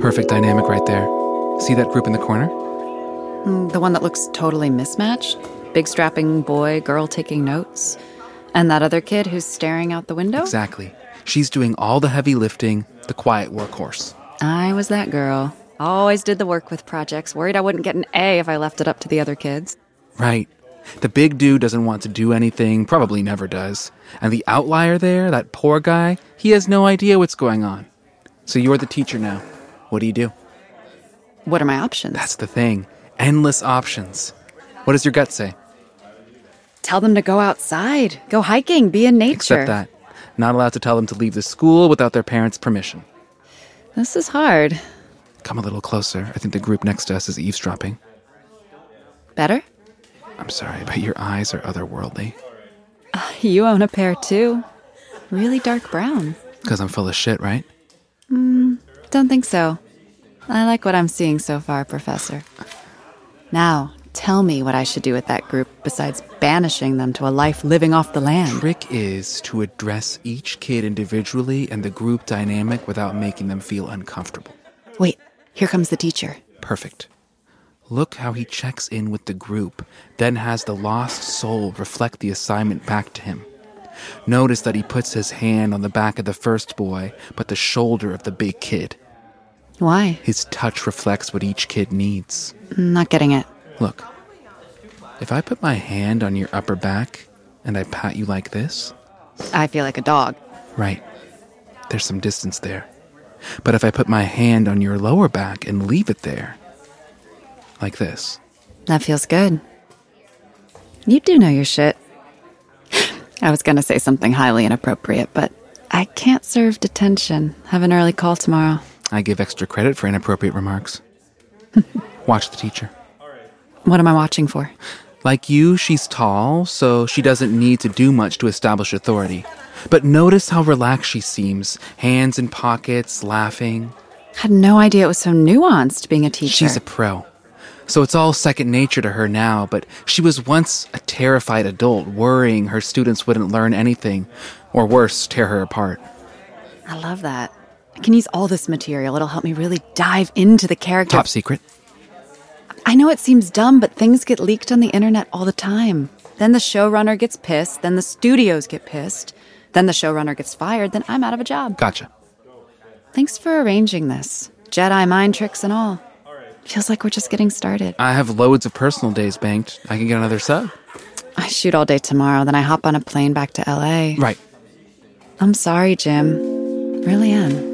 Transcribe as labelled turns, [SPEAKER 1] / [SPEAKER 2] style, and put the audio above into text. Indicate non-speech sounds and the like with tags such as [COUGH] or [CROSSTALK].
[SPEAKER 1] Perfect dynamic right there. See that group in the corner?
[SPEAKER 2] The one that looks totally mismatched? Big strapping boy, girl taking notes? And that other kid who's staring out the window?
[SPEAKER 1] Exactly. She's doing all the heavy lifting, the quiet workhorse.
[SPEAKER 2] I was that girl. Always did the work with projects, worried I wouldn't get an A if I left it up to the other kids.
[SPEAKER 1] Right. The big dude doesn't want to do anything, probably never does. And the outlier there, that poor guy, he has no idea what's going on. So you're the teacher now. What do you do?
[SPEAKER 2] What are my options?
[SPEAKER 1] That's the thing. Endless options. What does your gut say?
[SPEAKER 2] Tell them to go outside, go hiking, be in nature.
[SPEAKER 1] Except that. Not allowed to tell them to leave the school without their parents' permission.
[SPEAKER 2] This is hard.
[SPEAKER 1] Come a little closer. I think the group next to us is eavesdropping.
[SPEAKER 2] Better? [LAUGHS]
[SPEAKER 1] I'm sorry, but your eyes are otherworldly.
[SPEAKER 2] You own a pair too. Really dark brown.
[SPEAKER 1] Because I'm full of shit, right?
[SPEAKER 2] Don't think so. I like what I'm seeing so far, Professor. Now, tell me what I should do with that group besides banishing them to a life living off the land.
[SPEAKER 1] Trick is to address each kid individually and the group dynamic without making them feel uncomfortable.
[SPEAKER 2] Wait, here comes the teacher.
[SPEAKER 1] Perfect. Look how he checks in with the group, then has the lost soul reflect the assignment back to him. Notice that he puts his hand on the back of the first boy, but the shoulder of the big kid.
[SPEAKER 2] Why?
[SPEAKER 1] His touch reflects what each kid needs.
[SPEAKER 2] Not getting it.
[SPEAKER 1] Look, if I put my hand on your upper back and I pat you like this,
[SPEAKER 2] I feel like a dog.
[SPEAKER 1] right, there's some distance there. But if I put my hand on your lower back and leave it there, like this,
[SPEAKER 2] That feels good. You do know your shit. I was gonna say something highly inappropriate, but I can't serve detention. Have an early call tomorrow.
[SPEAKER 1] I give extra credit for inappropriate remarks. [LAUGHS] Watch the teacher.
[SPEAKER 2] What am I watching for?
[SPEAKER 1] Like you, she's tall, so she doesn't need to do much to establish authority. But notice how relaxed she seems, hands in pockets, laughing.
[SPEAKER 2] Had no idea it was so nuanced being a teacher.
[SPEAKER 1] She's a pro. So it's all second nature to her now, but she was once a terrified adult, worrying her students wouldn't learn anything, or worse, tear her apart.
[SPEAKER 2] I love that. I can use all this material. It'll help me really dive into the character.
[SPEAKER 1] Top secret.
[SPEAKER 2] I know it seems dumb, but things get leaked on the internet all the time. Then the showrunner gets pissed, then the studios get pissed, then the showrunner gets fired, then I'm out of a job.
[SPEAKER 1] Gotcha.
[SPEAKER 2] Thanks for arranging this. Jedi mind tricks and all. Feels like we're just getting started.
[SPEAKER 1] I have loads of personal days banked. I can get another sub.
[SPEAKER 2] I shoot all day tomorrow, then I hop on a plane back to LA.
[SPEAKER 1] Right.
[SPEAKER 2] I'm sorry, Jim. Really am.